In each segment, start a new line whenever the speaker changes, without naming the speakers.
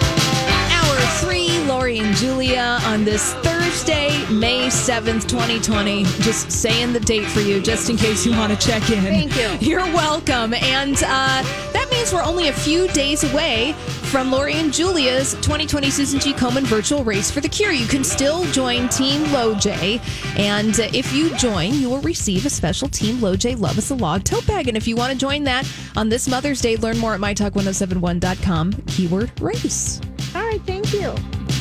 Hour three, Lori and Julia on this Thursday, May 7th, 2020. Just saying the date for you, just in case you want to check in.
Thank you.
You're welcome. And uh, that means we're only a few days away from Lori and Julia's 2020 Susan G. Komen Virtual Race for the Cure. You can still join Team LoJ. And uh, if you join, you will receive a special Team LoJ Love Is a Law tote bag. And if you want to join that on this Mother's Day, learn more at mytalk1071.com, keyword race.
All right, thank you.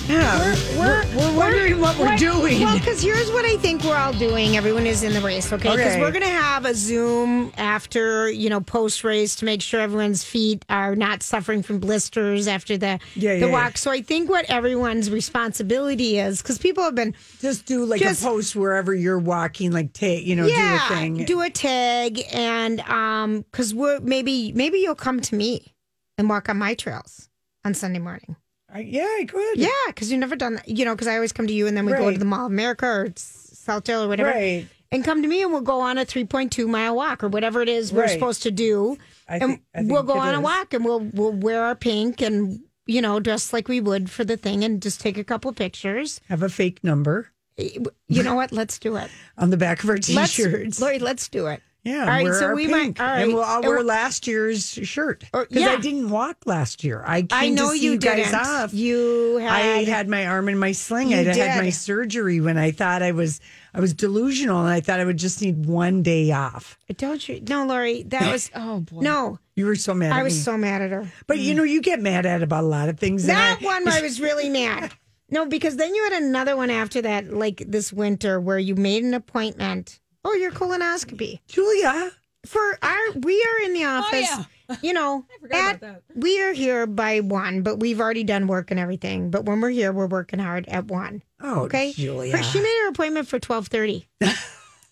Yeah,
We're,
we're wondering what we're doing.
Well, because here's what I think we're all doing. Everyone is in the race, okay? Because
Okay.
we're going to have a Zoom after, you know, post race to make sure everyone's feet are not suffering from blisters after the,
Yeah,
the
yeah,
walk.
yeah.
So I think what everyone's responsibility is, because people have been.
just do like
Just-
a post wherever you're walking, like take you know, do a thing.
do a tag, and um, because we're maybe maybe you'll come to me and walk on my trails on Sunday morning.
I- yeah, I could.
Yeah, because you've never done that. You know, because I always come to you and then we go to
Right.
the Mall of America or S- South Dale or whatever.
Right.
And come to me and we'll go on a 3.2 mile walk or whatever it is we're
Right.
supposed to do.
I
and
think- I think
we'll go
it
on a
is.
walk and we'll, we'll wear our pink and, you know, dress like we would for the thing and just take a couple pictures. Eh,
Have a fake number
You know what? Let's do it.
on the back of our
Let's,
t-shirts.
Lori, let's do it.
yeah,
all right,
wear
so
our
we might-
pink,
all right,
and we'll all
and
wear
we'll-
last year's shirt
Or-
because
yeah.
I didn't walk last year. I came
I know
to see
you,
guys
didn't.
off.
You
I
had.
had my arm in my sling.
You
I
did.
had my surgery when I thought I was I was delusional and I thought I would just need one day off.
don't you? No, Lori, that was.
Oh, boy.
No,
You were so mad.
I
at
was
me.
so mad at her.
But you know, you get mad at about a lot of things. and
That
I-
one I was really mad. No, because then you had another one after that, like this winter, where you made an appointment. Oh, your colonoscopy
Julia.
for our. We are in the
Oh,
office. You know, at, we are here by one, but we've already done work and everything. But when we're here, we're working hard at one.
Oh,
Okay,
Julia.
Her- she made her appointment for twelve thirty
Uh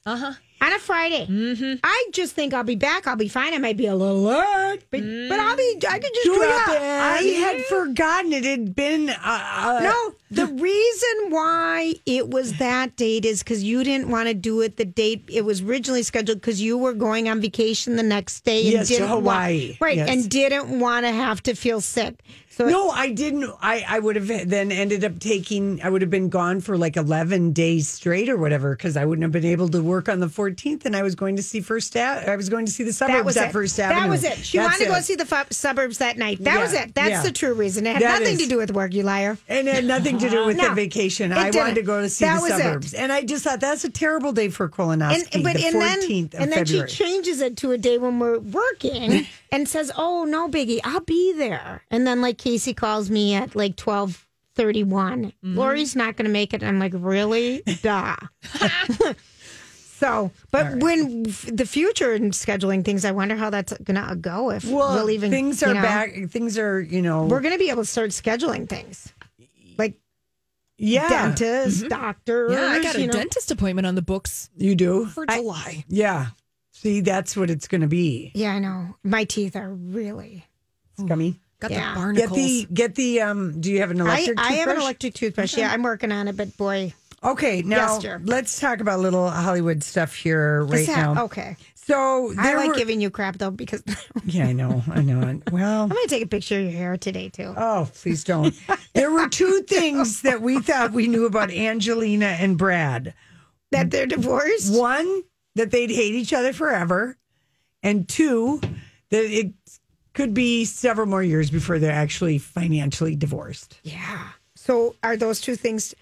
huh.
on a Friday.
Mm-hmm.
I just think I'll be back. I'll be fine. I might be a little late, but but I'll be. I could just
Julia,
drop in.
I had forgotten it had been. Uh, uh,
No, the reason why it was that date is because you didn't want to do it the date it was originally scheduled because you were going on vacation the next day. And
Yes, to
didn't wa-
Hawaii.
right,
Yes.
and didn't want to have to feel sick. So
No, I didn't. I, I would have then ended up taking, I would have been gone for like 11 days straight or whatever, because I wouldn't have been able to work on the 14th. And I was going to see First Ave- I was going to see the suburbs
that was
at
it.
First Avenue.
that was it. She
That's
wanted to go
it.
see the fu- suburbs that night. That
Yeah,
was it. That's
yeah.
the true reason. It had
That
nothing
is-
to do with work, you liar.
And it had nothing to do with
No,
the vacation.
it
I
didn't.
wanted to go to see
That
the
was it.
suburbs. And I just thought that's a terrible day for colonoscopy. the 14th of
and then
February.
she changes it to a day when we're working and says, "Oh no, Biggie, I'll be there." And then like Casey calls me at like twelve thirty one.
Mm-hmm.
Lori's not going to make it. And I'm like, really? Duh. so, but when f- the future in scheduling things, I wonder how that's going to go. If
well,
we'll even
things
you
are
know,
back. Things are, you know,
We're going to be able to start scheduling things like
yeah, Mm-hmm.
dentist, doctor.
Yeah, I got a
you know.
dentist appointment on the books
you do.
for July.
Yeah. See, that's what it's going to be.
Yeah, I know. My teeth are really.
Scummy.
Got
Yeah.
the
Get
barnacles.
the get the um. Do you have an
I,
electric?
I have an
toothbrush?
electric toothbrush. Yeah, I'm working on it, but boy,
Okay, now
Yes, dear.
let's talk about a little Hollywood stuff here right
is that-
now.
okay.
So
I
there
like
were-
giving you crap though because I'm
Yeah, I know, I know. it. Well,
gonna take a picture of your hair today too.
oh, please don't. There were two things that we thought we knew about Angelina and Brad.
That they're divorced.
One that they'd hate each other forever, and two that it could be several more years before they're actually financially divorced.
Yeah. So are those two things?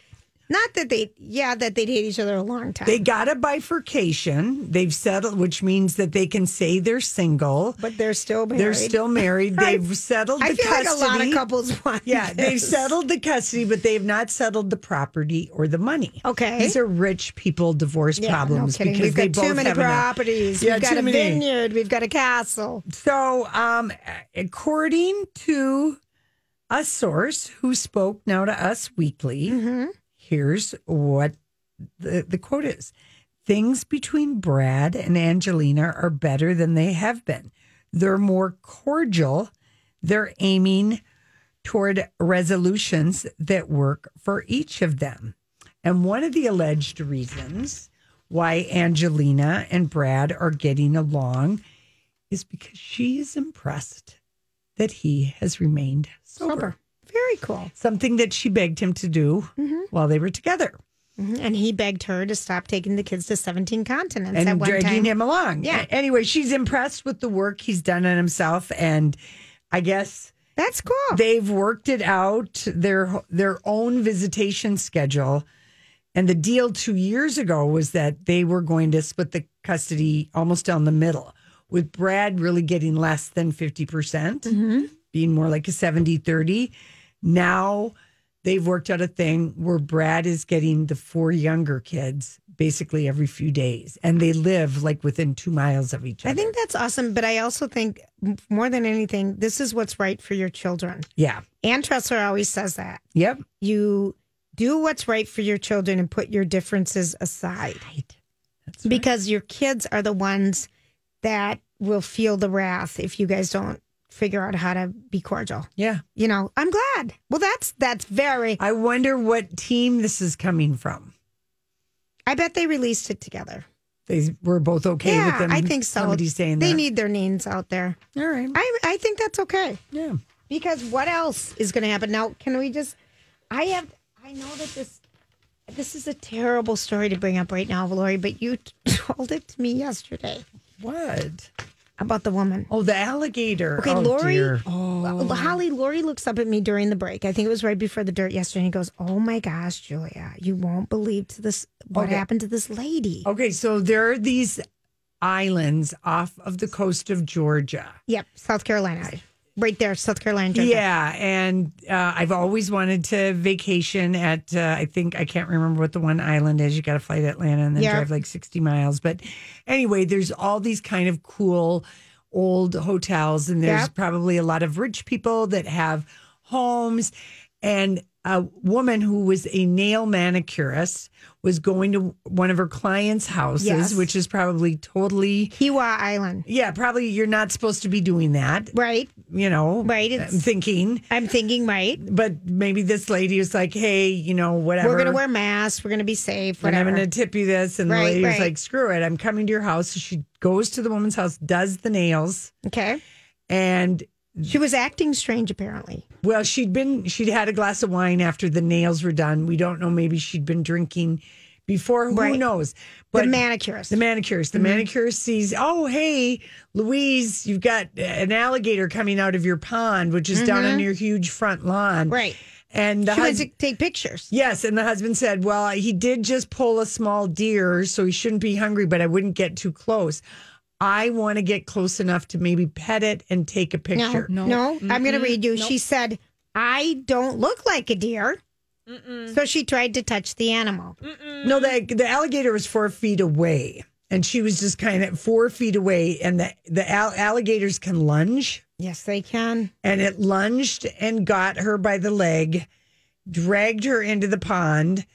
Not that they, yeah, that they date each other a long time.
They got a bifurcation. They've settled, which means that they can say they're single.
but they're still married.
They're still married. They've settled the
I feel
custody.
like a lot of couples want.
Yeah, they've
this.
settled the custody, but they have not settled the property or the money.
Okay.
These are rich people divorce
Yeah,
problems
no kidding.
because
We've
they
got
both
too many
have enough.
properties.
Yeah,
We've got
too
a
many.
vineyard. We've got a castle.
So, um, according to a source who spoke now to Us Weekly,
Mm-hmm.
here's what the, the quote is Things between Brad and Angelina are better than they have been. They're more cordial. They're aiming toward resolutions that work for each of them. And one of the alleged reasons why Angelina and Brad are getting along is because she is impressed that he has remained sober.
Sober. Very cool.
Something that she begged him to do
Mm-hmm.
while they were together
And he begged her to stop taking the kids to 17 continents at
and
one
dragging
time.
him along.
Yeah.
Anyway, she's impressed with the work he's done on himself, and I guess
That's cool.
they've worked it out their their own visitation schedule. And the deal two years ago was that they were going to split the custody almost down the middle, with Brad really getting less than 50%, percent
Mm-hmm.
being more like a 70 30. Now they've worked out a thing where Brad is getting the four younger kids basically every few days, and they live like within two miles of each other.
I think that's awesome. But I also think m- more than anything, this is what's right for your children.
yeah.
Ann Tressler always says that.
Yep.
You do what's right for your children and put your differences aside.
Right. That's right.
because your kids are the ones that will feel the wrath if you guys don't figure out how to be cordial.
Yeah.
You know, I'm glad. Well, that's that's very.
I wonder what team this is coming from.
I bet they released it together.
They were both okay
yeah,
with them.
I think so.
Somebody's saying
they
that.
need their names out there.
All right.
I I think that's okay
Yeah.
because what else is going to happen now? Can we just? I have. I know that this. This is a terrible story to bring up right now, Lori, but you told it to me yesterday
What?
about the woman.
Oh, the alligator.
Okay,
oh,
Lori.
dear.
L-
Oh.
Holly, Lori looks up at me during the break. I think it was right before the dirt yesterday. And he goes, "Oh my gosh, Julia, you won't believe to this what
Okay. Oh.
happened to this lady."
Okay, so there are these islands off of the coast of Georgia.
Yep, South Carolina, right there, South Carolina. Georgia.
Yeah, and uh, I've always wanted to vacation at. Uh, I think I can't remember what the one island is. You got to fly to Atlanta and then
Yeah.
drive like sixty miles. But anyway, there's all these kind of cool old hotels, and there's
Yep.
probably a lot of rich people that have homes. And a woman who was a nail manicurist was going to one of her clients' houses,
Yes.
which is probably totally.
Kiwa Island,
Yeah, probably you're not supposed to be doing that,
right?
you know.
Right,
I'm
it's-
thinking
I'm thinking, right?
but maybe this lady was like, "Hey, you know, whatever.
We're gonna wear masks. We're gonna be safe.
and I'm
Whatever.
going to tip you this." And
Right,
the lady was
right.
like, "Screw it, I'm coming to your house." So she goes to the woman's house, does the nails,
okay.
and
She was acting strange, apparently.
well, she'd been she'd had a glass of wine after the nails were done. We don't know. Maybe she'd been drinking before. Who
Right.
knows?
the Mm-hmm. manicurist.
The manicurist. The manicurist sees, oh, hey, Louise, you've got an alligator coming out of your pond, which is down on your huge front lawn.
Mm-hmm. Right.
And the
she went
hus-
to take pictures.
Yes, and the husband said, "Well, he did just pull a small deer, so he shouldn't be hungry, but I wouldn't get too close. I want to get close enough to maybe pet it and take a picture."
No, no. I'm going to read you. She said, "I don't look like a deer." So she tried to touch the animal.
No, the the alligator was four feet away, and she was just kind of four feet away, and the the al- alligators can lunge,
Yes, they can.
and it lunged and got her by the leg, dragged her into the pond,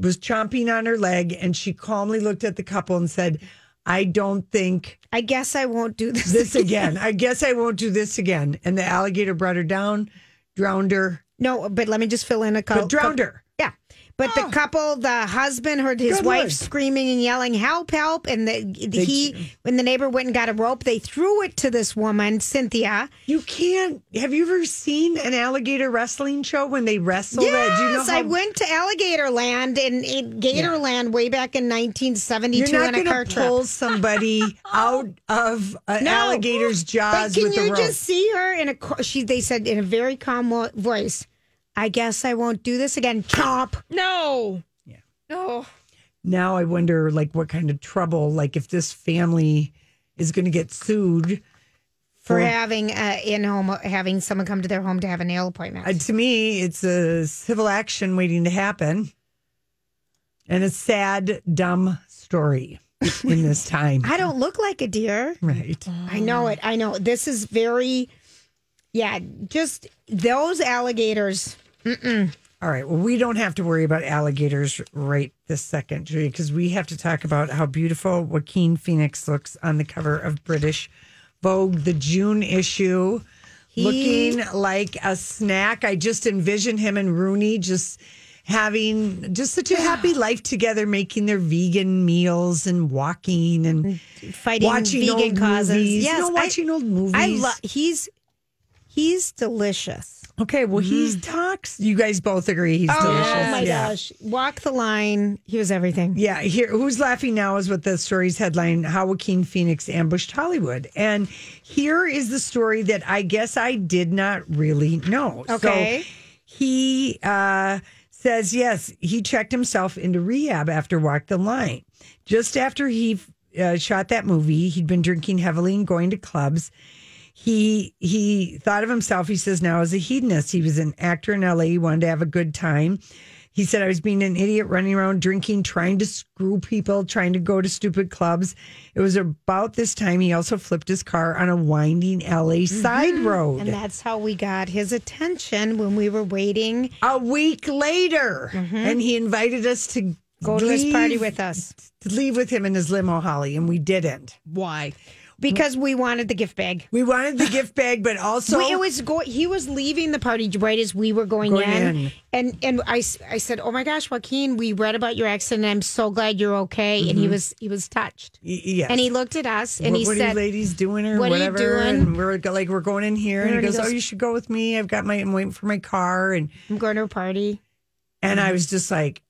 was chomping on her leg, and she calmly looked at the couple and said. I don't think
I guess I won't do this.
this again. I guess I won't do this again. And the alligator brought her down, drowned her,
no, but let me just fill in a couple.
but drowned her.
Yeah. But the couple, the husband heard his
Good
wife
Lord.
screaming and yelling, "Help! Help!" And the, he, when the neighbor went and got a rope, they threw it to this woman, Cynthia.
You can't. Have you ever seen an alligator wrestling show when they wrestle? that? Do you know
Yes, I
how-
went to Alligator Land in, in Gator Land way back in 1972
You're
on
not
a
going
car
to
trip.
pull somebody out of an
No.
alligator's
But
jaws
can
with a
you
rope.
just see her in a? co- She they said in a very calm wo- voice. I guess I won't do this again. Chomp.
No. Yeah. No.
Now I wonder, like, what kind of trouble, like, if this family is going to get sued.
for
for-
having uh, in home having someone come to their home to have a nail appointment.
Uh, to me, it's a civil action waiting to happen, and a sad, dumb story in this time.
I don't look like a deer.
right.
I know it. I know this is very, yeah. Just those alligators.
All right. Well, we don't have to worry about alligators right this second, Julia, because we have to talk about how beautiful Joaquin Phoenix looks on the cover of British Vogue, the June issue, looking like a snack. I just envision him and Rooney just having just such a happy life together, making their vegan meals and walking and
Fighting
watching
vegan
old
causes.
movies.
Yes,
no,
I-
watching old movies.
I love. He's he's delicious.
Okay, well, he's talks. You guys both agree he's delicious.
Mm. Oh my
Yeah.
gosh! Walk the line. He was everything.
Yeah, here who's laughing now is what the story's headline: How Joaquin Phoenix ambushed Hollywood. And here is the story that I guess I did not really know. So
Okay.
he uh, says yes. He checked himself into rehab after Walk the Line. Just after he uh, shot that movie, he'd been drinking heavily and going to clubs. He he thought of himself. He says now as a hedonist. He was an actor in L.A. He wanted to have a good time. He said I was being an idiot, running around drinking, trying to screw people, trying to go to stupid clubs. It was about this time he also flipped his car on a winding L.A. side road.
And that's how we got his attention when we were waiting
a week later, and he invited us to
Mm-hmm. go to his party
leave-
with us
to leave with him in his limo, Holly, and we didn't.
Why?
because we wanted the gift bag.
We wanted the gift bag, but also
we, it was go, he was leaving the party right as we were going,
Going
in,
in.
and and I, s- I said, "Oh my gosh, Joaquin, we read about your accident. I'm so glad you're okay." And he was he was touched,
Y- Mm-hmm. yes.
and he looked at us and
what,
he
what are
said,
you ladies doing or
"What are you
whatever?
doing?"
And we're go- like, we're going in here, and he
And he
goes, "Oh,
goes-
you should go with me. I've got my. I'm waiting for my car." And
"I'm going to a party."
and I was just like,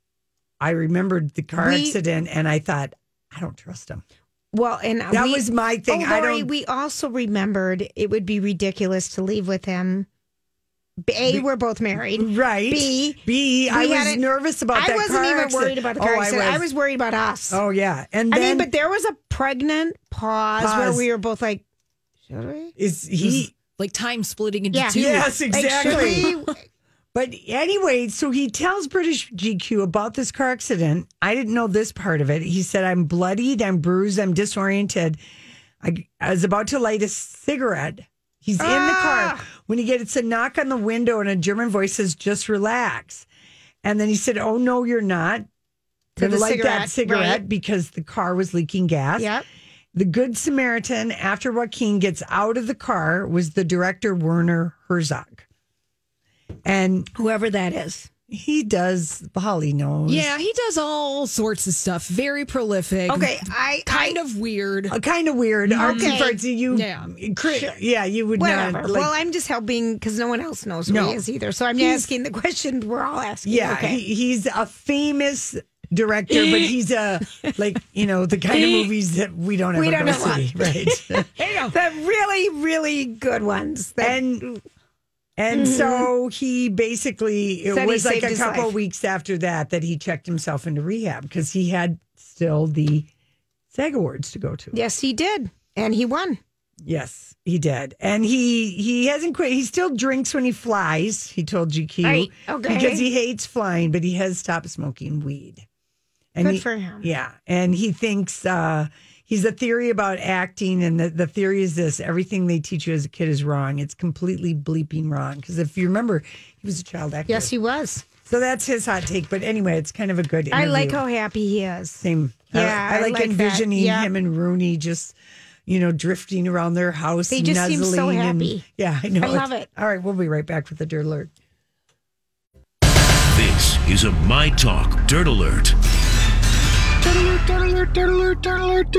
I remembered the car
Mm-hmm. We-
accident, and I thought, I don't trust him.
Well, and
That
Uh, we-
was my thing.
Oh,
I
Lori,
don't.
we also remembered it would be ridiculous to leave with him. B- A, we're both married.
Right.
B,
B. I
we
was
hadn't-
nervous about
I
that
wasn't
car
even
accident.
worried about the
Oh,
car
I
accident. I
was-
was worried about us.
Oh yeah, and
I
then
mean, but there was a pregnant pause, where
Pause.
we were both like, "Should we?"
is he?
Like time splitting into
Yeah.
two.
Yes,
Like,
exactly.
should we?
But anyway, so he tells British GQ about this car accident. I didn't know this part of it. He said, I'm bloodied, I'm bruised, I'm disoriented. I, I was about to light a cigarette. He's in the car
Ah.
when he gets a knock on the window and a German voice says, just relax. And then he said, Oh, no, you're not.
To the
Gonna light
cigarette,
that cigarette
right.
because the car was leaking gas.
Yep.
The Good Samaritan, after Joaquin gets out of the car, was the director Werner Herzog. And
Whoever that is.
he does. Holly knows.
Yeah, he does all sorts of stuff. Very prolific.
Okay, I
Kind of weird.
Uh, kind of weird. Artsy
Mm-hmm. Okay.
fartsy. You.
Yeah.
Cri- yeah. You would
whatever.
not. Like,
well, I'm just helping because no one else knows who
No.
he is either. So I'm
He's-
asking the question we're all asking.
yeah.
Okay.
He, he's a famous director, but he's a like you know the kind of movies that we don't ever
We don't
go
know
see, right?
the really, really good ones. That,
and and so he basically
Mm-hmm.
it
Said he
was like
saved
a
his
couple
life.
weeks after that that he checked himself into rehab because he had still the SAG Awards to go to.
yes, he did, and he won.
Yes, he did, and he he hasn't quit. He still drinks when he flies. He told GQ
Right, okay.
because he hates flying, but he has stopped smoking weed. And
Good
he-
for him.
Yeah, and he thinks uh, he's a theory about acting, and the, the theory is this: everything they teach you as a kid is wrong. It's completely bleeping wrong. Because if you remember, he was a child actor.
Yes, he was.
So that's his hot take. But anyway, it's kind of a good.
I
Interview
like how happy he is.
same. I-
Yeah,
I,
I
like,
like that.
envisioning
Yeah.
him and Rooney just, you know, drifting around their house.
They just seem so
nuzzling and-
happy.
yeah, I know.
I love
It's-
it.
All right, we'll be right back with the dirt alert.
This is a My Talk Dirt Alert.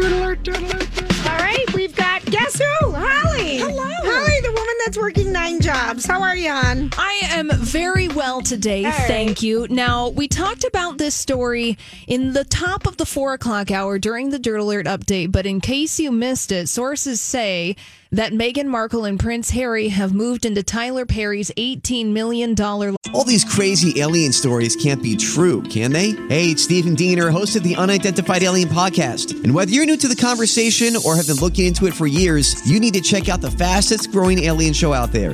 All right, we've got guess who? Holly. Hello. Holly, the woman that's working nine jobs. How are you, hon?
I am very well today. Thank you. Now, we talked about this story in the top of the four o'clock hour during the Dirt Alert update, but in case you missed it, sources say that Meghan Markle and Prince Harry have moved into Tyler Perry's $18 million
All these crazy alien stories can't be true, can they? Hey, it's Stephen Diener, host of the Unidentified Alien Podcast. And whether you're new to the conversation or have been looking into it for years, you need to check out the fastest growing alien show out there,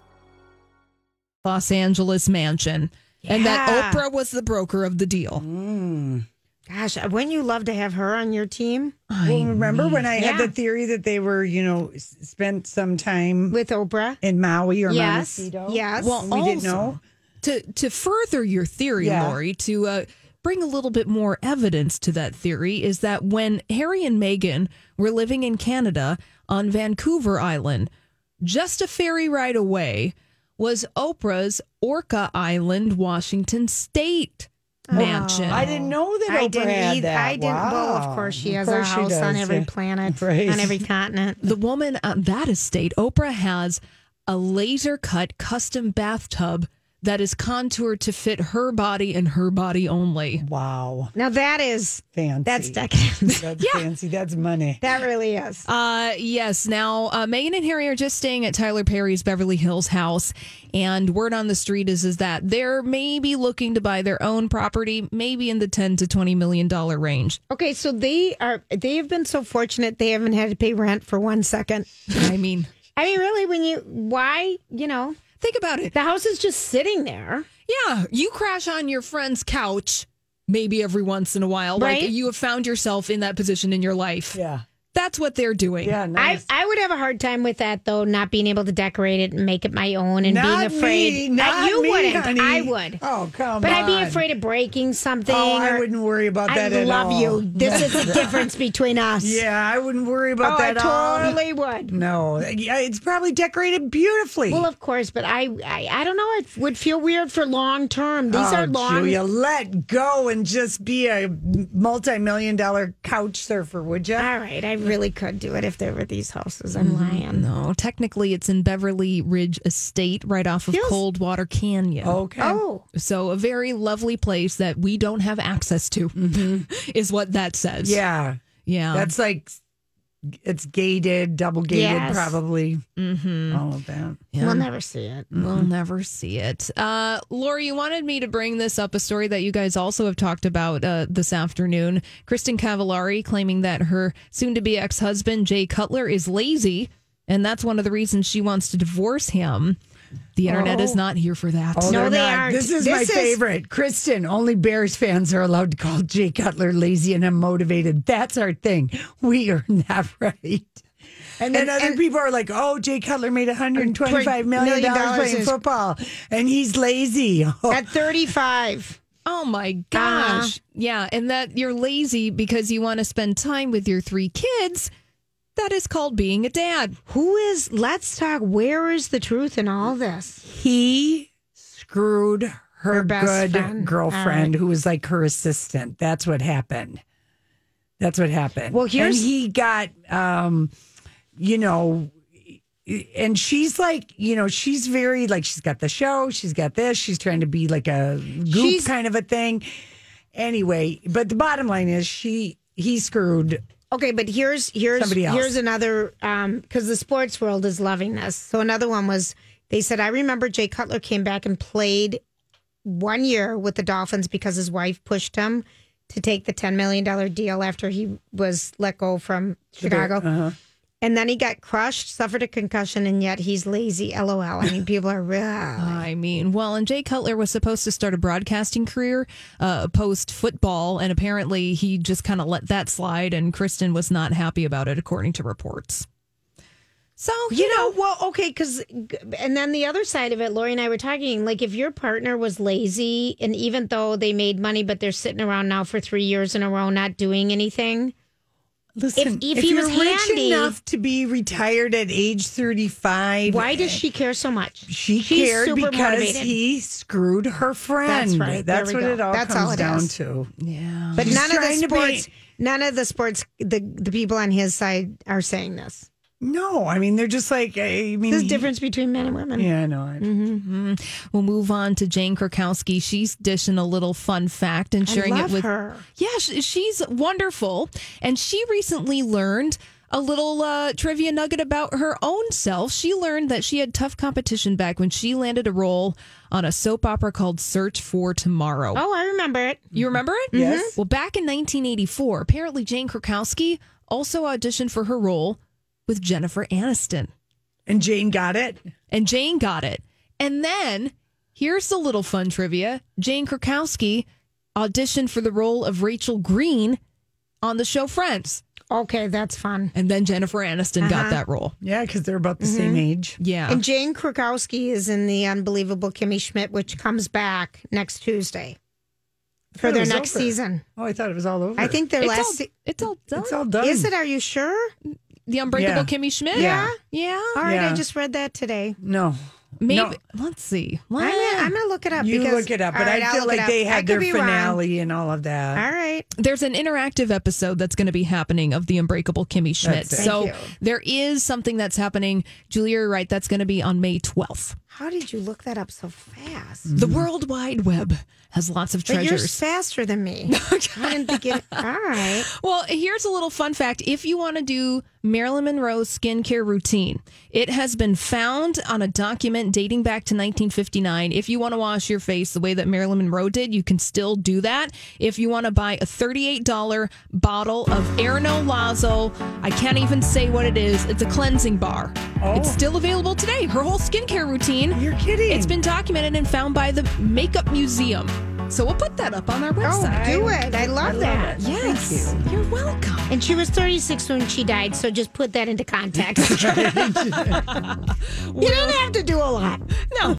Los Angeles mansion. And that
Yeah.
Oprah was the broker of the deal.
Gosh, uh, wouldn't you love to have her on your team
Well, remember when I had
Mm-hmm. Yeah.
the theory that they were, you know, s- spent some time
with Oprah?
in Maui or
Yes.
Montecito?
Yes.
Well,
We didn't
also-
know.
to to further your theory,
Yeah.
Lori, to uh, bring a little bit more evidence to that theory is that when Harry and Meghan were living in Canada on Vancouver Island, just a ferry ride away was Oprah's Orca Island, Washington State
Oh.
mansion.
I didn't know that
I
Oprah
didn't
had
either.
that.
I didn't. Well, of course she
Wow.
has
Of
a
course she
house on
does,
every
yeah.
planet,
Right.
on every continent.
The woman on that estate, Oprah, has a laser cut custom bathtub that is contoured to fit her body and her body only.
Wow.
Now that is
Fancy.
that's decadence.
That's fancy. That's money.
that really is.
Uh, yes. Now, uh, Megan and Harry are just staying at Tyler Perry's Beverly Hills house, and word on the street is is that they're maybe looking to buy their own property, maybe in the ten to twenty million dollar range.
Okay, so they are they have been so fortunate they haven't had to pay rent for one second.
I mean,
I mean, really, when you why you know
think about it.
the house is just sitting there.
Yeah, you crash on your friend's couch maybe every once in a while,
Right.
like you have found yourself in that position in your life.
Yeah.
That's what they're doing.
Yeah. Nice.
I I would have a hard time with that though, not being able to decorate it and make it my own and
not
being afraid.
Me,
Uh,
not
you
me,
wouldn't.
honey.
I would.
Oh, come
But
on.
I'd be afraid of breaking something.
Oh, I
or-
wouldn't worry about
I
that at
love
all.
you. This is the difference between us.
Yeah, I wouldn't worry
Oh,
about
I
that at all.
totally would.
No, yeah, it's probably decorated beautifully.
Well, of course, but I, I, I don't know. It would feel weird for long term. These
oh,
are long.
Julia, let go and just be a multi-million dollar couch surfer, would you?
All right, I really could do it if there were these houses. I'm
Mm-hmm.
lying.
No, technically it's in Beverly Ridge Estate right off of
Feels-
Coldwater Canyon.
Okay.
Oh,
So a very lovely place that we don't have access to is what that says.
Mm-hmm. Yeah,
Yeah.
that's like it's gated, double gated,
Yes.
probably
mm-hmm.
all of that.
we'll never see it.
mm-hmm.
We'll never see it. Uh, Lori, you wanted me to bring this up a story that you guys also have talked about uh, this afternoon. Kristen Cavallari claiming that her soon to be ex husband, Jay Cutler, is lazy. And that's one of the reasons she wants to divorce him. The internet is not here for that.
Oh,
No,
they're
they
not.
aren't.
This is my
This is-
favorite. Kristen, only Bears fans are allowed to call Jay Cutler lazy and unmotivated. That's our thing. We are not right. And then
And-
other
and-
people are like, oh, Jay Cutler made $125 million
Million
dollars
dollars
playing
is-
football, and he's lazy.
At 35.
Oh my
Uh-huh.
gosh. Yeah. And that you're lazy because you want to spend time with your three kids. That is called being a dad.
Who is, let's talk, where is the truth in all this?
he screwed her,
Her best
good
friend.
girlfriend
Alright.
who was like her assistant. That's what happened. That's what happened.
Well, here's-
and he got um you know and she's like, you know, she's very like she's got the show, she's got this, she's trying to be like a goop
She's-
kind of a thing. Anyway, but the bottom line is she he screwed
Okay, but here's here's
Somebody else.
here's another um because the sports world is loving this. So another one was they said I remember Jay Cutler came back and played one year with the Dolphins because his wife pushed him to take the $10 million deal after he was let go from Chicago.
uh-huh.
And then he got crushed, suffered a concussion, and yet he's lazy. LOL. I mean, people are real.
I mean, well, and Jay Cutler was supposed to start a broadcasting career uh, post football, and apparently he just kind of let that slide, and Kristen was not happy about it, according to reports. So, you,
You know, well, okay, because, and then the other side of it, Lori and I were talking, like, if your partner was lazy, and even though they made money, but they're sitting around now for three years in a row not doing anything,
Listen,
if he
you're
was
rich
handy-
enough to be retired at age 35,
why does she care so much?
she
She's
cared
super
because
motivated.
he screwed her friend.
That's right. There
That's
we
what
go.
it all
That's
comes
all it
down
is.
to. Yeah.
But
She's
none of the
trying to be-
sports, none of the sports, the, the people on his side are saying this.
No, I mean they're just like I mean
There's Mm.
he-
difference between men and women.
Yeah, I know. I-
we'll move on to Jane Krakowski. She's dishing a little fun fact and sharing
I love
it with
her.
Yeah, sh- she's wonderful. And she recently learned a little uh, trivia nugget about her own self. She learned that she had tough competition back when she landed a role on a soap opera called Search for Tomorrow.
Oh, I remember it.
You remember it? Yes. Well, back in 1984, apparently Jane Krakowski also auditioned for her role with Jennifer Aniston.
And Jane got it.
And Jane got it. And then here's the little fun trivia Jane Krakowski auditioned for the role of Rachel Green on the show Friends.
Okay, that's fun.
And then Jennifer Aniston got that role.
Yeah, because they're about the
Mm-hmm.
same age.
Yeah.
Uh-huh. And Jane Krakowski is in the unbelievable Kimmy Schmidt, which comes back next Tuesday for
thought it
their
was
next
over.
season.
Oh, I thought it was all over.
I think their
it's,
last.
all,
se-
it's all done.
it's all done.
Is it? Are you sure?
the Unbreakable
Yeah.
Kimmy Schmidt.
Yeah.
Yeah.
All right,
Yeah.
I just read that today.
No.
Maybe.
No.
Let's see.
I'm
Well,
gonna, I'm gonna look it up.
You
because,
look it up,
All
but
right,
I
I'll
feel
look it
like
up.
they
I
had
could
their
be wrong.
finale and all of that.
All right.
there's an interactive episode that's going to be happening of the Unbreakable Kimmy Schmidt.
That's it.
So
Thank you.
there is something that's happening. Julia, you're right. That's going to be on May 12th.
How did you look that up so fast?
The World Wide Web has lots of
Mm-hmm. But
treasures.
you're faster than me. I didn't think it. All right.
Well, here's a little fun fact. If you want to do Marilyn Monroe's skincare routine, it has been found on a document dating back to 1959. If you want to wash your face the way that Marilyn Monroe did, you can still do that. If you want to buy a $38 bottle of Arenolazo, I can't even say what it is. It's a cleansing bar. It's still available today. Her whole skincare routine.
You're kidding.
It's been documented and found by the Makeup Museum. So we'll put that up on our
Oh,
website.
do it. I love that.
Yes. you. are welcome.
And she was 36 when she died, so just put that into context. you don't have to do a lot.
No.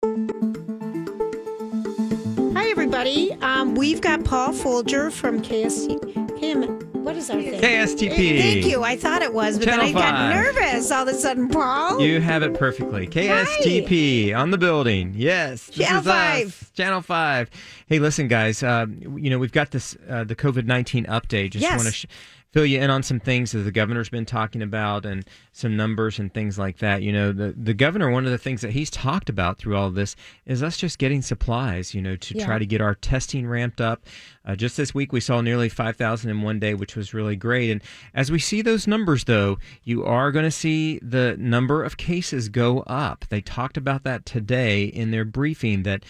Hi, everybody. Um, we've got Paul Folger from KSC. Him, what is our thing?
KSTP.
Thank you. I thought it was, but
Channel
then I got
five.
nervous all of a sudden, Paul.
You have it perfectly. KSTP on the building. Yes. this
Channel
is us.
five.
Channel 5. Hey, listen, guys. Um, you know, we've got this, uh, the COVID 19 update. Just
Yes.
want to sh- fill you in on some things that the governor's been talking about and some numbers and things like that. You know, the, the governor, one of the things that he's talked about through all of this is us just getting supplies, you know, to try to get our testing ramped up. Uh, just this week, we saw nearly 5,000 in one day, which was really great. And as we see those numbers, though, you are going to see the number of cases go up. They talked about that today in their briefing that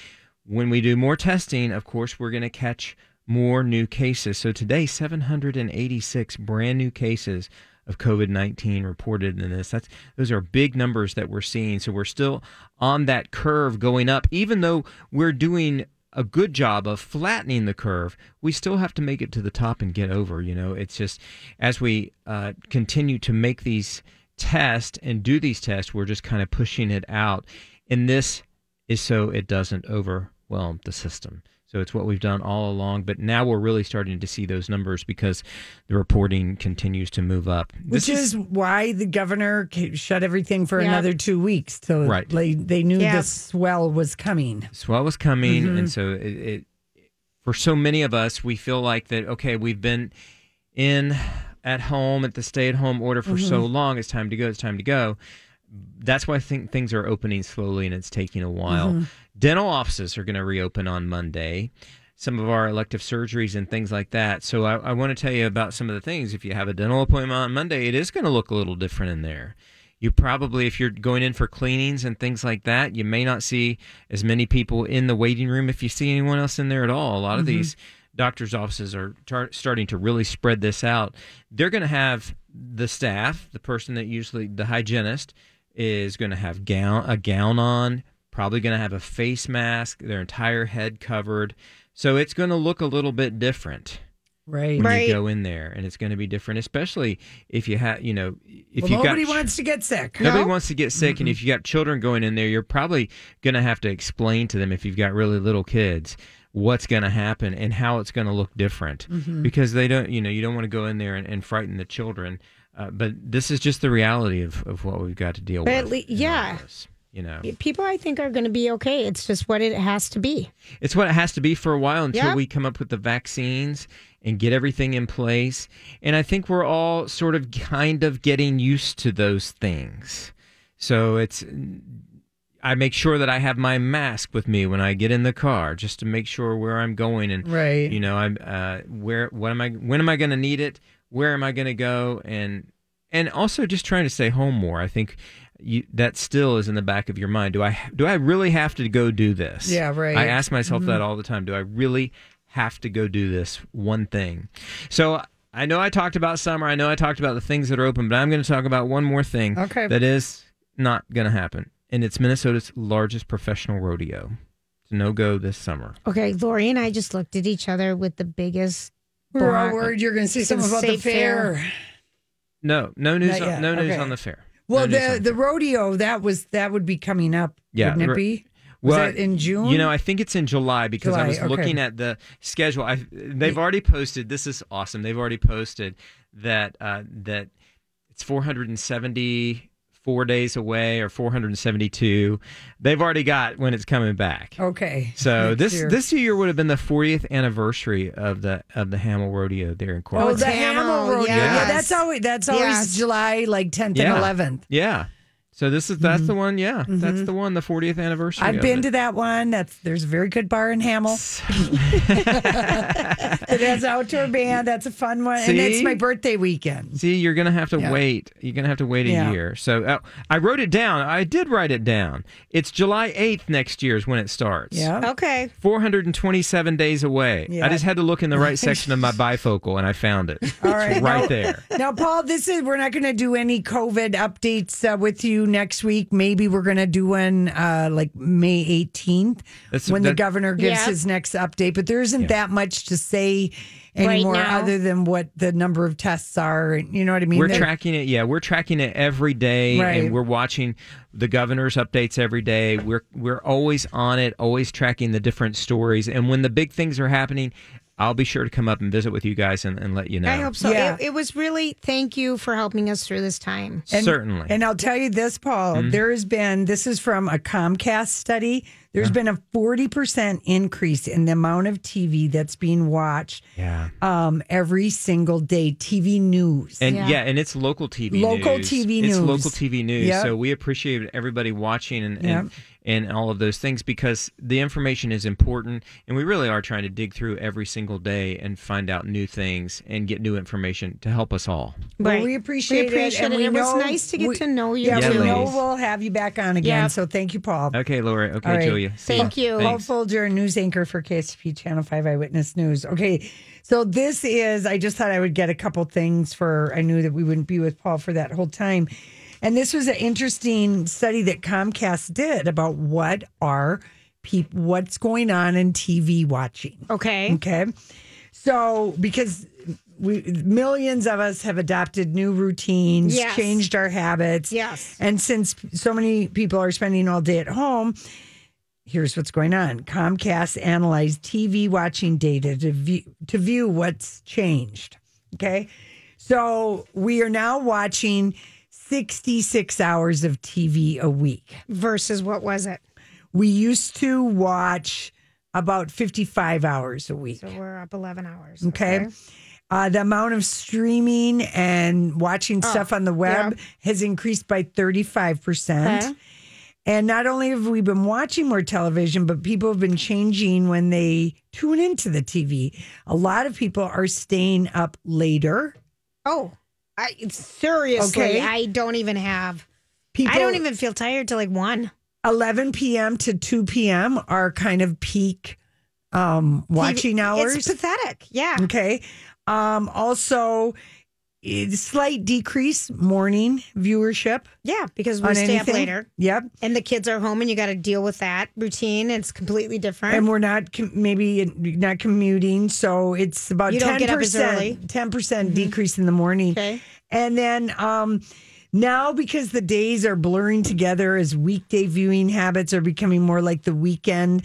when we do more testing, of course, we're going to catch more new cases. So today, 786 brand new cases of COVID 19 reported in this. That's those are big numbers that we're seeing. So we're still on that curve going up, even though we're doing a good job of flattening the curve. We still have to make it to the top and get over. You know, it's just as we uh, continue to make these tests and do these tests, we're just kind of pushing it out. And this is so it doesn't overwhelm the system. So it's what we've done all along, but now we're really starting to see those numbers because the reporting continues to move up.
Which is why the governor ca- shut everything for another two weeks till
Right.
they, they knew
Yeah.
the swell was coming.
swell was coming, and so it, it for so many of us, we feel like that okay, we've been in at home at the stay at home order for so long. It's time to go. It's time to go. That's why I think things are opening slowly and it's taking a while. Dental offices are going to reopen on Monday. Some of our elective surgeries and things like that. So I, I want to tell you about some of the things. If you have a dental appointment on Monday, it is going to look a little different in there. You probably, if you're going in for cleanings and things like that, you may not see as many people in the waiting room if you see anyone else in there at all. A lot
Mm-hmm.
of these doctor's offices are tar- starting to really spread this out. They're going to have the staff, the person that usually, the hygienist, is going to have gown a gown on, probably going to have a face mask, their entire head covered. So it's going to look a little bit different
Right.
when
Right.
you go in there, and it's going to be different, especially if you have, you know, if
Well,
you got
nobody wants to get sick.
nobody
No.
wants to get sick, and if you got children going in there, you're probably going to have to explain to them if you've got really little kids what's going to happen and how it's going to look different
Mm-hmm.
because they don't, you know, you don't want to go in there and, and frighten the children. Uh, but this is just the reality of, of what we've got to deal
But at
with.
lea-
in all
yeah.
this, you know.
People, I think, are going to be okay. It's just what it has to be.
It's what it has to be for a while until
Yeah.
we come up with the vaccines and get everything in place. And I think we're all sort of kind of getting used to those things. So it's I make sure that I have my mask with me when I get in the car just to make sure where I'm going and
Right.
you know I'm uh where what am I when am I going to need it? Where am I going to go and and also just trying to stay home more. I think you, that still is in the back of your mind. Do I do I really have to go do this?
Yeah, right.
I ask myself that
Mm-hmm.
all the time. Do I really have to go do this one thing? So I know I talked about summer. I know I talked about the things that are open, but I'm going to talk about one more thing
Okay.
that is not going to happen. And it's Minnesota's largest professional rodeo. It's no go this summer.
Okay, Lori and I just looked at each other with the biggest.
We We're all
block.
worried you're going to say something about the
State fair.
fair.
No, no news.
Not yet.
On, no news
Okay.
on the fair.
Well,
No news
the the
on
rodeo that was that would be coming up,
Yeah,
wouldn't it
ro-
be?
Well,
was that in June?
You know, I think it's in July because I
July,
was
okay.
looking at the schedule. I they've already posted. This is awesome. They've already posted that uh, that it's 474 days away or 472. They've already got when it's coming back.
okay.
So
Oh, next
this
year.
Oh,
this year would have been the 40th anniversary of the of the Hamel Rodeo there in
oh,
Corpus.
the
Tamil,
Hamel rodeo. Yeah.
yes.
that's always that's always
Yes.
July like tenth
Yeah.
and eleventh. Mm-hmm.
yeah. So this is that's the one. Yeah, that's the one. The 40th anniversary.
I've
of
been
it.
to that one. That's there's a very good bar in Hamel. it has outdoor band. That's a fun one, and it's
See?
my birthday weekend.
See, you're gonna have to
Yeah.
wait. You're gonna have to wait a
Yeah.
year. So uh, I wrote it down. I did write it down. It's July 8th next year is when it starts.
Yeah.
Okay.
427 days away.
Yeah.
I just had to look in the right section of my bifocal and I found it.
All right.
Right
now-
there.
Now, Paul, this is we're not going to do any COVID updates uh, with you next week. Maybe we're going to do one uh, like May 18th
That's-
when the
that-
governor gives
Yeah.
his next update. But there isn't that much to say
Right
anymore,
now.
other than what the number of tests are. and You know what I mean?
We're
They're-
tracking it. Yeah, we're tracking it every day,
Right.
and we're watching the governor's updates every day. We're we're always on it, always tracking the different stories. And when the big things are happening, I'll be sure to come up and visit with you guys and, and let you know.
I hope so.
Yeah.
It, it was really thank you for helping us through this time.
And-
Certainly. Mm-hmm.
And I'll tell you this, Paul, there has been, this is from a Comcast study, There's been a 40% increase in the amount of TV that's being watched
yeah.
um, every single day. TV news.
And
Yeah.
yeah. and it's local TV
Local
news.
TV news.
It's local TV news.
Yep.
So we appreciate everybody watching and,
Yep.
and and all of those things because the information is important and we really are trying to dig through every single day and find out new things and get new information to help us all.
Well,
Right.
we appreciate,
We appreciate
it. and
it.
we
It was
know-
nice to get
we-
to know you.
Yeah,
Yeah,
we know
ladies.
we'll have you back on again.
Yeah.
So thank you, Paul.
Okay, Laura. Okay,
All right.
Julia. See
Thank you.
Paul
Thanks.
Folger, news anchor for KSP Channel 5 Eyewitness News. Okay, so this is, I just thought I would get a couple things for, I knew that we wouldn't be with Paul for that whole time. And this was an interesting study that Comcast did about what are people, what's going on in TV watching.
Okay.
Okay. So because we millions of us have adopted new routines,
Yes.
changed our habits.
Yes.
And since so many people are spending all day at home, here's what's going on. Comcast analyzed TV watching data to view, to view what's changed. Okay. So we are now watching 66 hours of TV a week.
Versus what was it?
We used to watch about 55 hours a week.
So we're up 11 hours.
Okay. Uh, the amount of streaming and watching
Oh,
stuff on the web has increased by 35%.
Okay.
And not only have we been watching more television, but people have been changing when they tune into the TV. A lot of people are staying up later.
Oh, I, seriously,
Okay.
I don't even have
people
I don't even feel tired till like one.
11 p.m. to 2 p.m. are kind of peak um, watching hours. Mm.
It's pathetic. Yeah.
Okay. Um, also, eh, slight decrease morning viewership.
Yeah. Because we
on
stay up
anything.
later
Yep.
and the kids are home and you got to deal with that routine. It's completely different.
And we're not com- maybe not commuting, so it's about
You don't
ten
get up as early. Mm-hmm.
percent. Ten percent decrease in the morning,
Okay.
and then um, now because the days are blurring together as weekday viewing habits are becoming more like the weekend.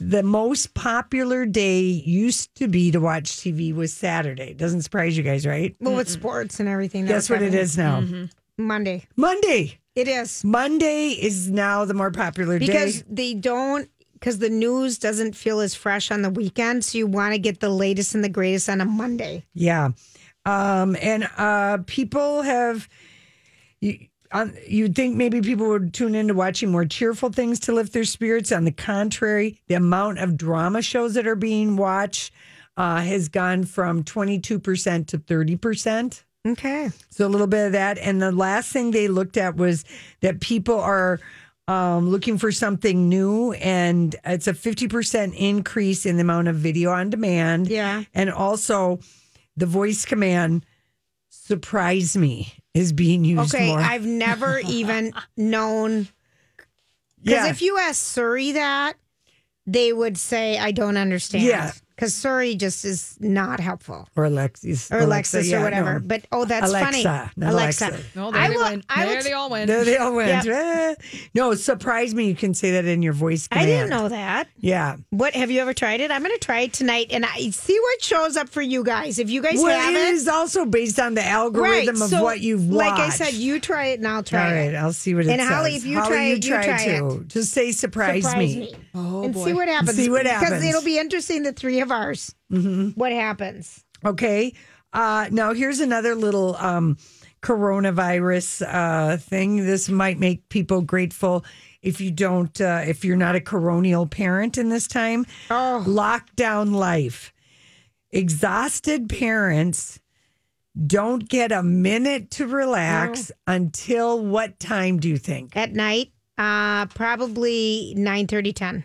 The most popular day used to be to watch TV was Saturday. Doesn't surprise you guys, right?
well, with sports and everything.
Guess
that's
what it
happening.
is now?
Mm-hmm. Monday.
Monday.
It is.
Monday is now the more popular
Because
day.
they don't, because the news doesn't feel as fresh on the weekend. So you want to get the latest and the greatest on a Monday.
Yeah. Um, and uh, people have, you, on, you'd think maybe people would tune into watching more cheerful things to lift their spirits. On the contrary, the amount of drama shows that are being watched uh, has gone from 22% to 30%.
Okay.
So a little bit of that. And the last thing they looked at was that people are um, looking for something new, and it's a 50% increase in the amount of video on demand.
Yeah.
And also, the voice command, surprise me, is being used
Okay.
more.
I've never even known. Because
yeah.
if you ask Surrey that, they would say, I don't understand.
Yeah.
Because Surrey just is not helpful.
or Alexis.
Or Alexis
yeah,
or
no.
whatever. But oh, that's funny.
Alexa, not Alexa.
No, there
I
they
will.
went.
I
there
will.
they all went.
There they all went. Ah. No, surprise me. You can say that in your voice
I
command.
didn't know that.
Yeah.
What have you ever tried it? I'm going to try it tonight and I see what shows up for you guys. If you guys
Well,
have
it
it,
is also based on the
right?
algorithm of
so,
what you've
like
watched.
I said, you try it and I'll
All
try
right,
it.
I'll see what it
And
says.
Holly, if you try it, you try it.
too. Just say surprise,
Surprise
me.
me,
Oh,
and
boy.
see what happens.
See what
Because
happens. Mm-hmm.
it'll be interesting. The three of ours. What happens?
Okay. Uh, now here's another little um, coronavirus uh, thing. This might make people grateful if you don't, uh, if you're not a coronial parent in this time.
Oh.
Lockdown life. Exhausted parents don't get a minute to relax until what time do you think?
At night, uh, probably 9 10.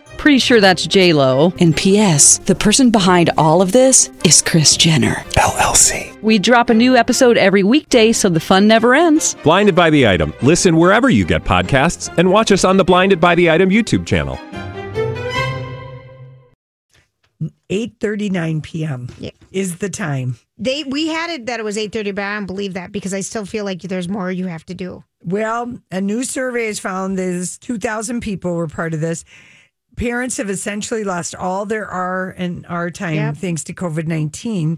Pretty sure that's J Lo. And P.S. The person behind all of this is Chris Jenner.
LLC.
We drop a new episode every weekday, so the fun never ends.
Blinded by the item. Listen wherever you get podcasts, and watch us on the Blinded by the Item YouTube channel.
8:39 p.m.
Yeah.
is the time.
They we had it that it was 8:30 but I don't believe that because I still feel like there's more you have to do.
Well, a new survey has found there's 2,000 people were part of this. Parents have essentially lost all their R and R time
Yep.
thanks to COVID 19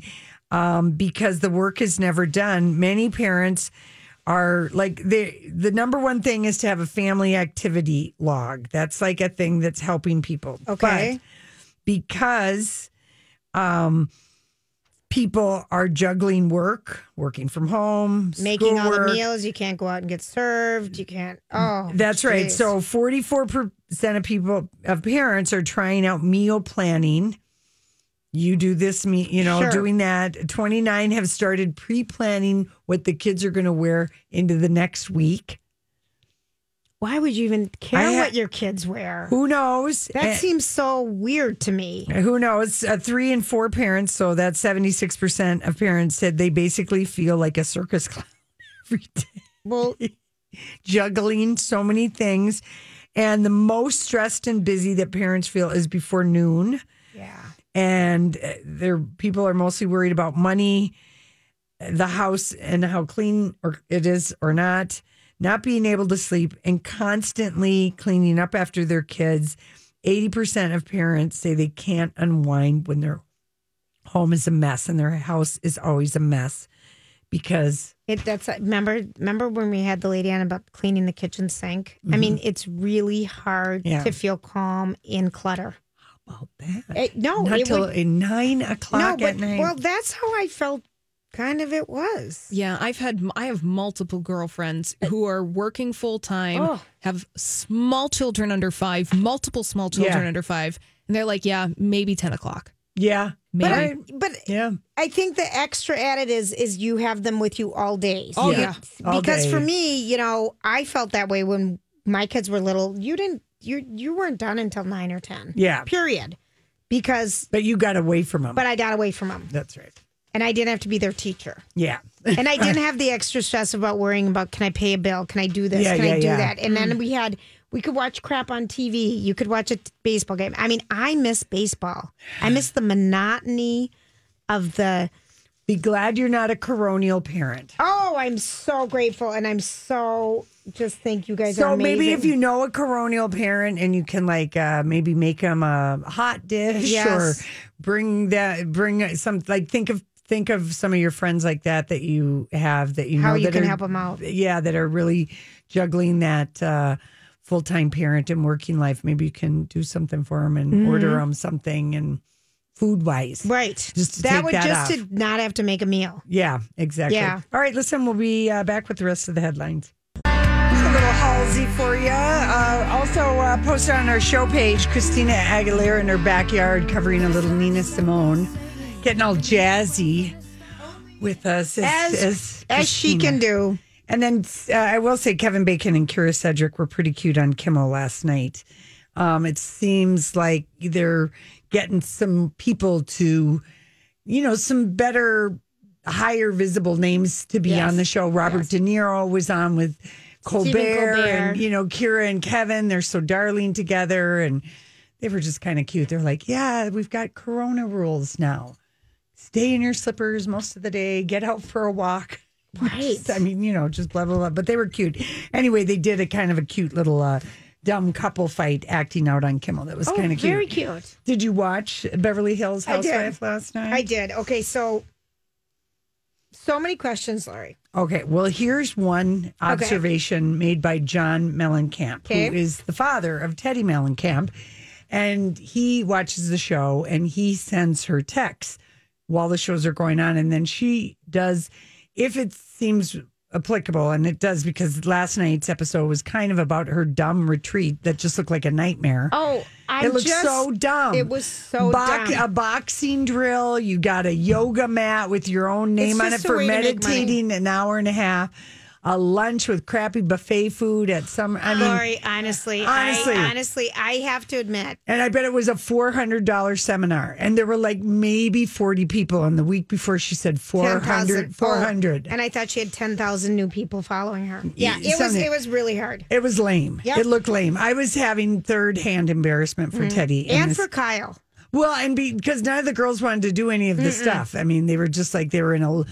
um, because the work is never done. Many parents are like they the number one thing is to have a family activity log. That's like a thing that's helping people.
Okay.
But because um, people are juggling work, working from home,
Making all the
schoolwork,
meals, you can't go out and get served, you can't. Oh.
that's right.
jeez.
So 44% of people, of parents, are trying out meal planning. You do this, me, you know,
Sure.
doing that. 29 have started pre planning what the kids are going to wear into the next week.
why would you even care
I ha-
what your kids wear?
Who knows?
That
Eh,
seems so weird to me.
Who knows? Uh, three and four parents. So that's 76% of parents said they basically feel like a circus clown every day.
Well,
juggling so many things. And the most stressed and busy that parents feel is before noon.
yeah.
And uh, their people are mostly worried about money, the house, and how clean or it is or not, not being able to sleep, and constantly cleaning up after their kids. 80% of parents say they can't unwind when their home is a mess and their house is always a mess because
It that's uh, remember remember when we had the lady on about cleaning the kitchen sink? I mean, it's really hard
Mm-hmm. Yeah.
to feel calm in clutter.
about that.
Eh, no,
not
it
till
would-
eh, nine o'clock
but,
at night.
Well, that's how I felt kind of it was.
Yeah, I've had I have multiple girlfriends who are working full time,
Oh.
have small children under five, multiple small children
Yeah.
under five, and they're like, yeah, maybe ten o'clock.
Yeah,
But,
maybe.
I, but yeah. I think the extra added is is you have them with you all day.
Oh,
you-
yeah.
All
because
day.
for me, you know, I felt that way when my kids were little. You didn't you you weren't done until 9 or 10.
Yeah.
Period. Because
But you got away from them.
but I got away from them
That's right.
and I didn't have to be their teacher.
Yeah.
and I didn't have the extra stress about worrying about can I pay a bill? Can I do this?
Yeah,
can
yeah,
I do
yeah.
that? And then we had we could watch crap on TV. You could watch a t- baseball game. I mean, I miss baseball. I miss the monotony of the
Be glad you're not a coronial parent.
Oh, I'm so grateful and I'm so just think you guys are
So
amazing.
maybe if you know a coronial parent and you can like uh, maybe make them a hot dish
Yes.
or bring that bring some like think of think of some of your friends like that that you have that you
How
know
you
that
can
are-
help 'em out.
Yeah, that are really juggling that uh, full time parent and working life. Maybe you can do something for them and
Mhm.
order them something and food wise,
right
Just to
that
take
would
that
just
off.
to not have to make a meal.
Yeah, exactly.
Yeah.
All right, listen, we'll be uh, back with the rest of the headlines. A little Halsey for you. Uh, also uh, posted on our show page, Christina Aguilera in her backyard covering a little Nina Simone, getting all jazzy with uh, us
As- as she
Christina.
can do.
And then uh, I will say Kevin Bacon and Kira Cedric were pretty cute on Kimmel last night. Um, it seems like they're getting some people to, you know, some better, higher visible names to be
Yes.
on the show. Robert De Niro was on with Colbert,
Colbert.
and you know Kira and Kevin. They're so darling together, and they were just kind of cute. They're like, yeah, we've got Corona rules now. Stay in your slippers most of the day. Get out for a walk.
Right.
I mean, you know, just blah blah blah. But they were cute. Anyway, they did a kind of a cute little uh, dumb couple fight acting out on Kimmel. That was
Oh,
kind of cute.
very cute.
Did you watch Beverly Hills Housewife last night?
I did. Okay, so so many questions, Lori.
Okay, well, here's one observation made by John Mellencamp, who
Okay.
is the father of Teddy Mellencamp. And he watches the show and he sends her texts while the shows are going on. And then she does, if it seems applicable, and it does because last night's episode was kind of about her dumb retreat that just looked like a nightmare.
Oh, I
it looks
just-
so dumb.
It was so
Box-
dumb.
A boxing drill. You got a yoga mat with your own
It's
name on it
just a
for
way to make money.
meditating an hour and a half. A lunch with crappy buffet food at some. I mean,
Lori, honestly,
Honestly.
I, honestly, I have to admit,
and I bet it was a four hundred dollar seminar, and there were like maybe forty people. And the week before, she said 400,
10,000. Oh,
400.
and I thought she had ten thousand new people following her. Yeah, it was
something.
it was really hard,
It was lame.
Yep.
It looked lame. I was having third hand embarrassment for
Mhm.
Teddy in
and
this-
for Kyle.
Well, and be, because none of the girls wanted to do any of this
Mm-mm.
stuff. I mean, they were just like they were in a,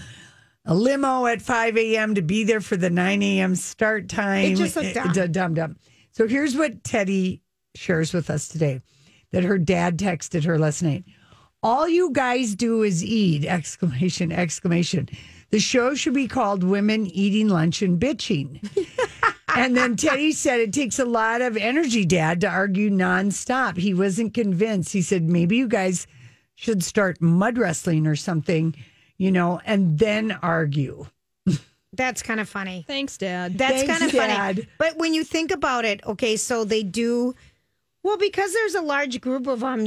a limo at 5 a.m. to be there for the 9 a.m. start time. Eh,
It just looked dumb.
d- dumb, dumb. So here's what Teddy shares with us today that her dad texted her last night. All you guys do is eat! Exclamation! Exclamation! The show should be called "Women Eating Lunch and Bitching." and then Teddy said it takes a lot of energy, Dad, to argue nonstop. He wasn't convinced. He said maybe you guys should start mud wrestling or something, you know, and then argue.
That's kind of funny.
Thanks, Dad.
That's
Thanks,
kind of funny.
Dad.
But when you think about it, okay, so they do well because there's a large group of them.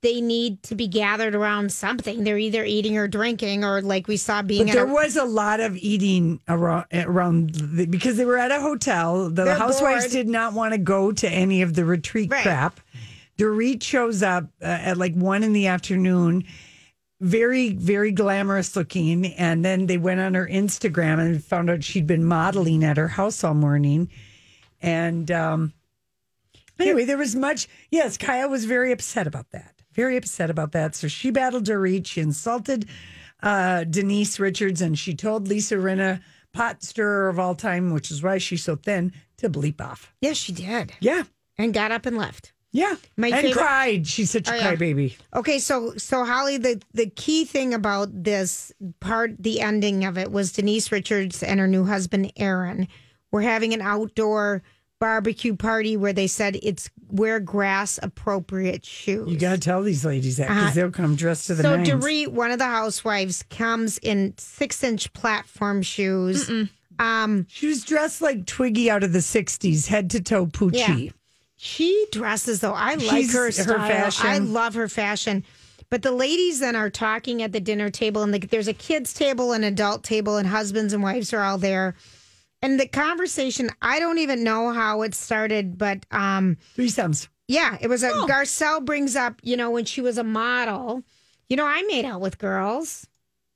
They need to be gathered around something. They're either eating or drinking, or like we saw being.
But
at a-
there was a lot of eating around, around the, because they were at a hotel. The
They're
housewives
bored.
did not want to go to any of the retreat
Right.
crap. Dorit shows up uh, at like one in the afternoon, very, very glamorous looking. And then they went on her Instagram and found out she'd been modeling at her house all morning. And um, anyway, there was much. Yes, Kaya was very upset about that. Very upset about that. So she battled Dorit. She insulted uh, Denise Richards, and she told Lisa Rinna, pot stirrer of all time, which is why she's so thin, to bleep off.
yes, she did.
Yeah,
and got up and left.
yeah.
My
and
favorite-
cried. She's such a
Oh, yeah.
crybaby.
Okay, so so Holly, the the key thing about this part, the ending of it was Denise Richards and her new husband Aaron were having an outdoor barbecue party where they said it's wear grass appropriate shoes.
You got to tell these ladies that because
Uh,
they'll come dressed to the
so
nines.
Dorit, one of the housewives, comes in six inch platform shoes. Um,
she was dressed like Twiggy out of the '60s, head to toe poochie.
Yeah. She dresses though. I like
She's-
her
her
style. I
fashion.
love her fashion. But the ladies then are talking at the dinner table, and the, there's a kids table, an adult table, and husbands and wives are all there. And the conversation, I don't even know how it started, but um,
Threesomes.
yeah, it was a
Oh.
Garcelle brings up, you know, when she was a model, you know, I made out with girls.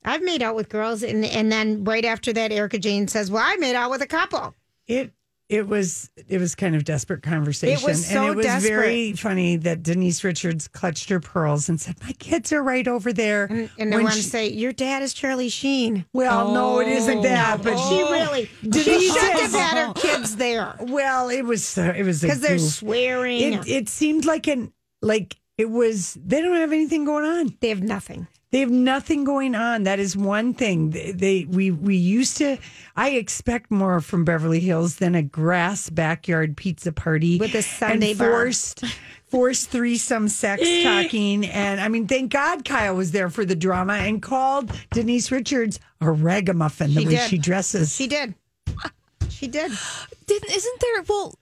I've made out with girls, and and then right after that, Erica Jane says, "Well, I made out with a couple."
It it was it was kind of desperate conversation.
so
and it was
desperate.
very funny that Denise Richards clutched her pearls and said, "My kids are right over there."
And, and I
When
want to
she-
say, your dad is Charlie Sheen.
Well, Oh, no, it isn't that, but
she really "Oh, she
Denise
should have
is-
had her kids there
Well, it was it was a
because they're
goof.
swearing.
It, it seemed like an like it was. They don't have anything going on.
they have nothing.
They have nothing going on. That is one thing. They, they we we used to. I expect more from Beverly Hills than a grass backyard pizza party
With a Sunday
and
bar. Eh.
forced forced threesome sex talking. And I mean, thank God Kyle was there for the drama and called Denise Richards a ragamuffin the
She
way
did.
she dresses.
She did. She did.
Didn't isn't there well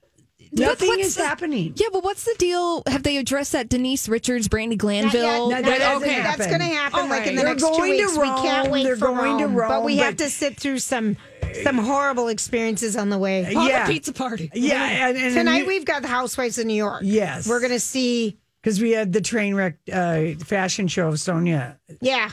but
Nothing
what's
is
the-
happening.
Yeah, but what's the deal? Have they addressed that Denise Richards, Brandy
Not yet.
Glanville?
Not
That-
yet.
okay.
That-
That's going to happen
All
like in the
right.
next
They're
two
going to
weeks. we can't
Rome.
wait
They're
for
going to
Rome, but
Rome,
we have
but-
to sit through some some horrible experiences on the way.
Pop a Yeah.
pizza party.
Uh, Yeah, and, and
Tonight we've got the Housewives of New York.
Yes.
we're going to see.
because we had the train wreck uh, fashion show of Sonia.
Yeah,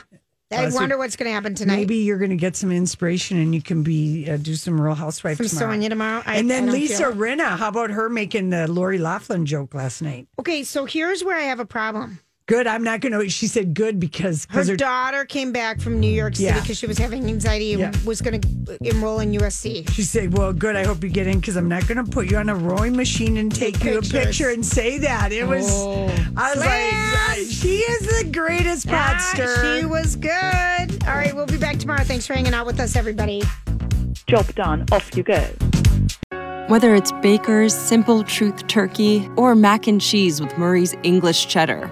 I
Well, so
wonder what's going to happen tonight.
Maybe you're going to get some inspiration and you can be uh, do some Real Housewives
from
tomorrow.
Sonia tomorrow. I-
and
I
then
don't
Lisa
feel-
Rinna, how about her making the Lori Laughlin joke last night?
Okay, so here's where I have a problem.
Good. I'm not going to. She said good because
her,
because her,
daughter came back from New York City
Yeah.
because she was having anxiety and
Yeah.
was going to enroll in USC.
she said, "Well, good. I hope you get in because I'm not going to put you on a rowing machine and take you a
Pictures. Oh.
picture and say that." It was. I was like,
Liz!
she is the greatest podster.
Ah, she was good. All right, we'll be back tomorrow. Thanks for hanging out with us, everybody.
Job done. Off you go.
Whether it's Baker's Simple Truth Turkey or mac and cheese with Murray's English Cheddar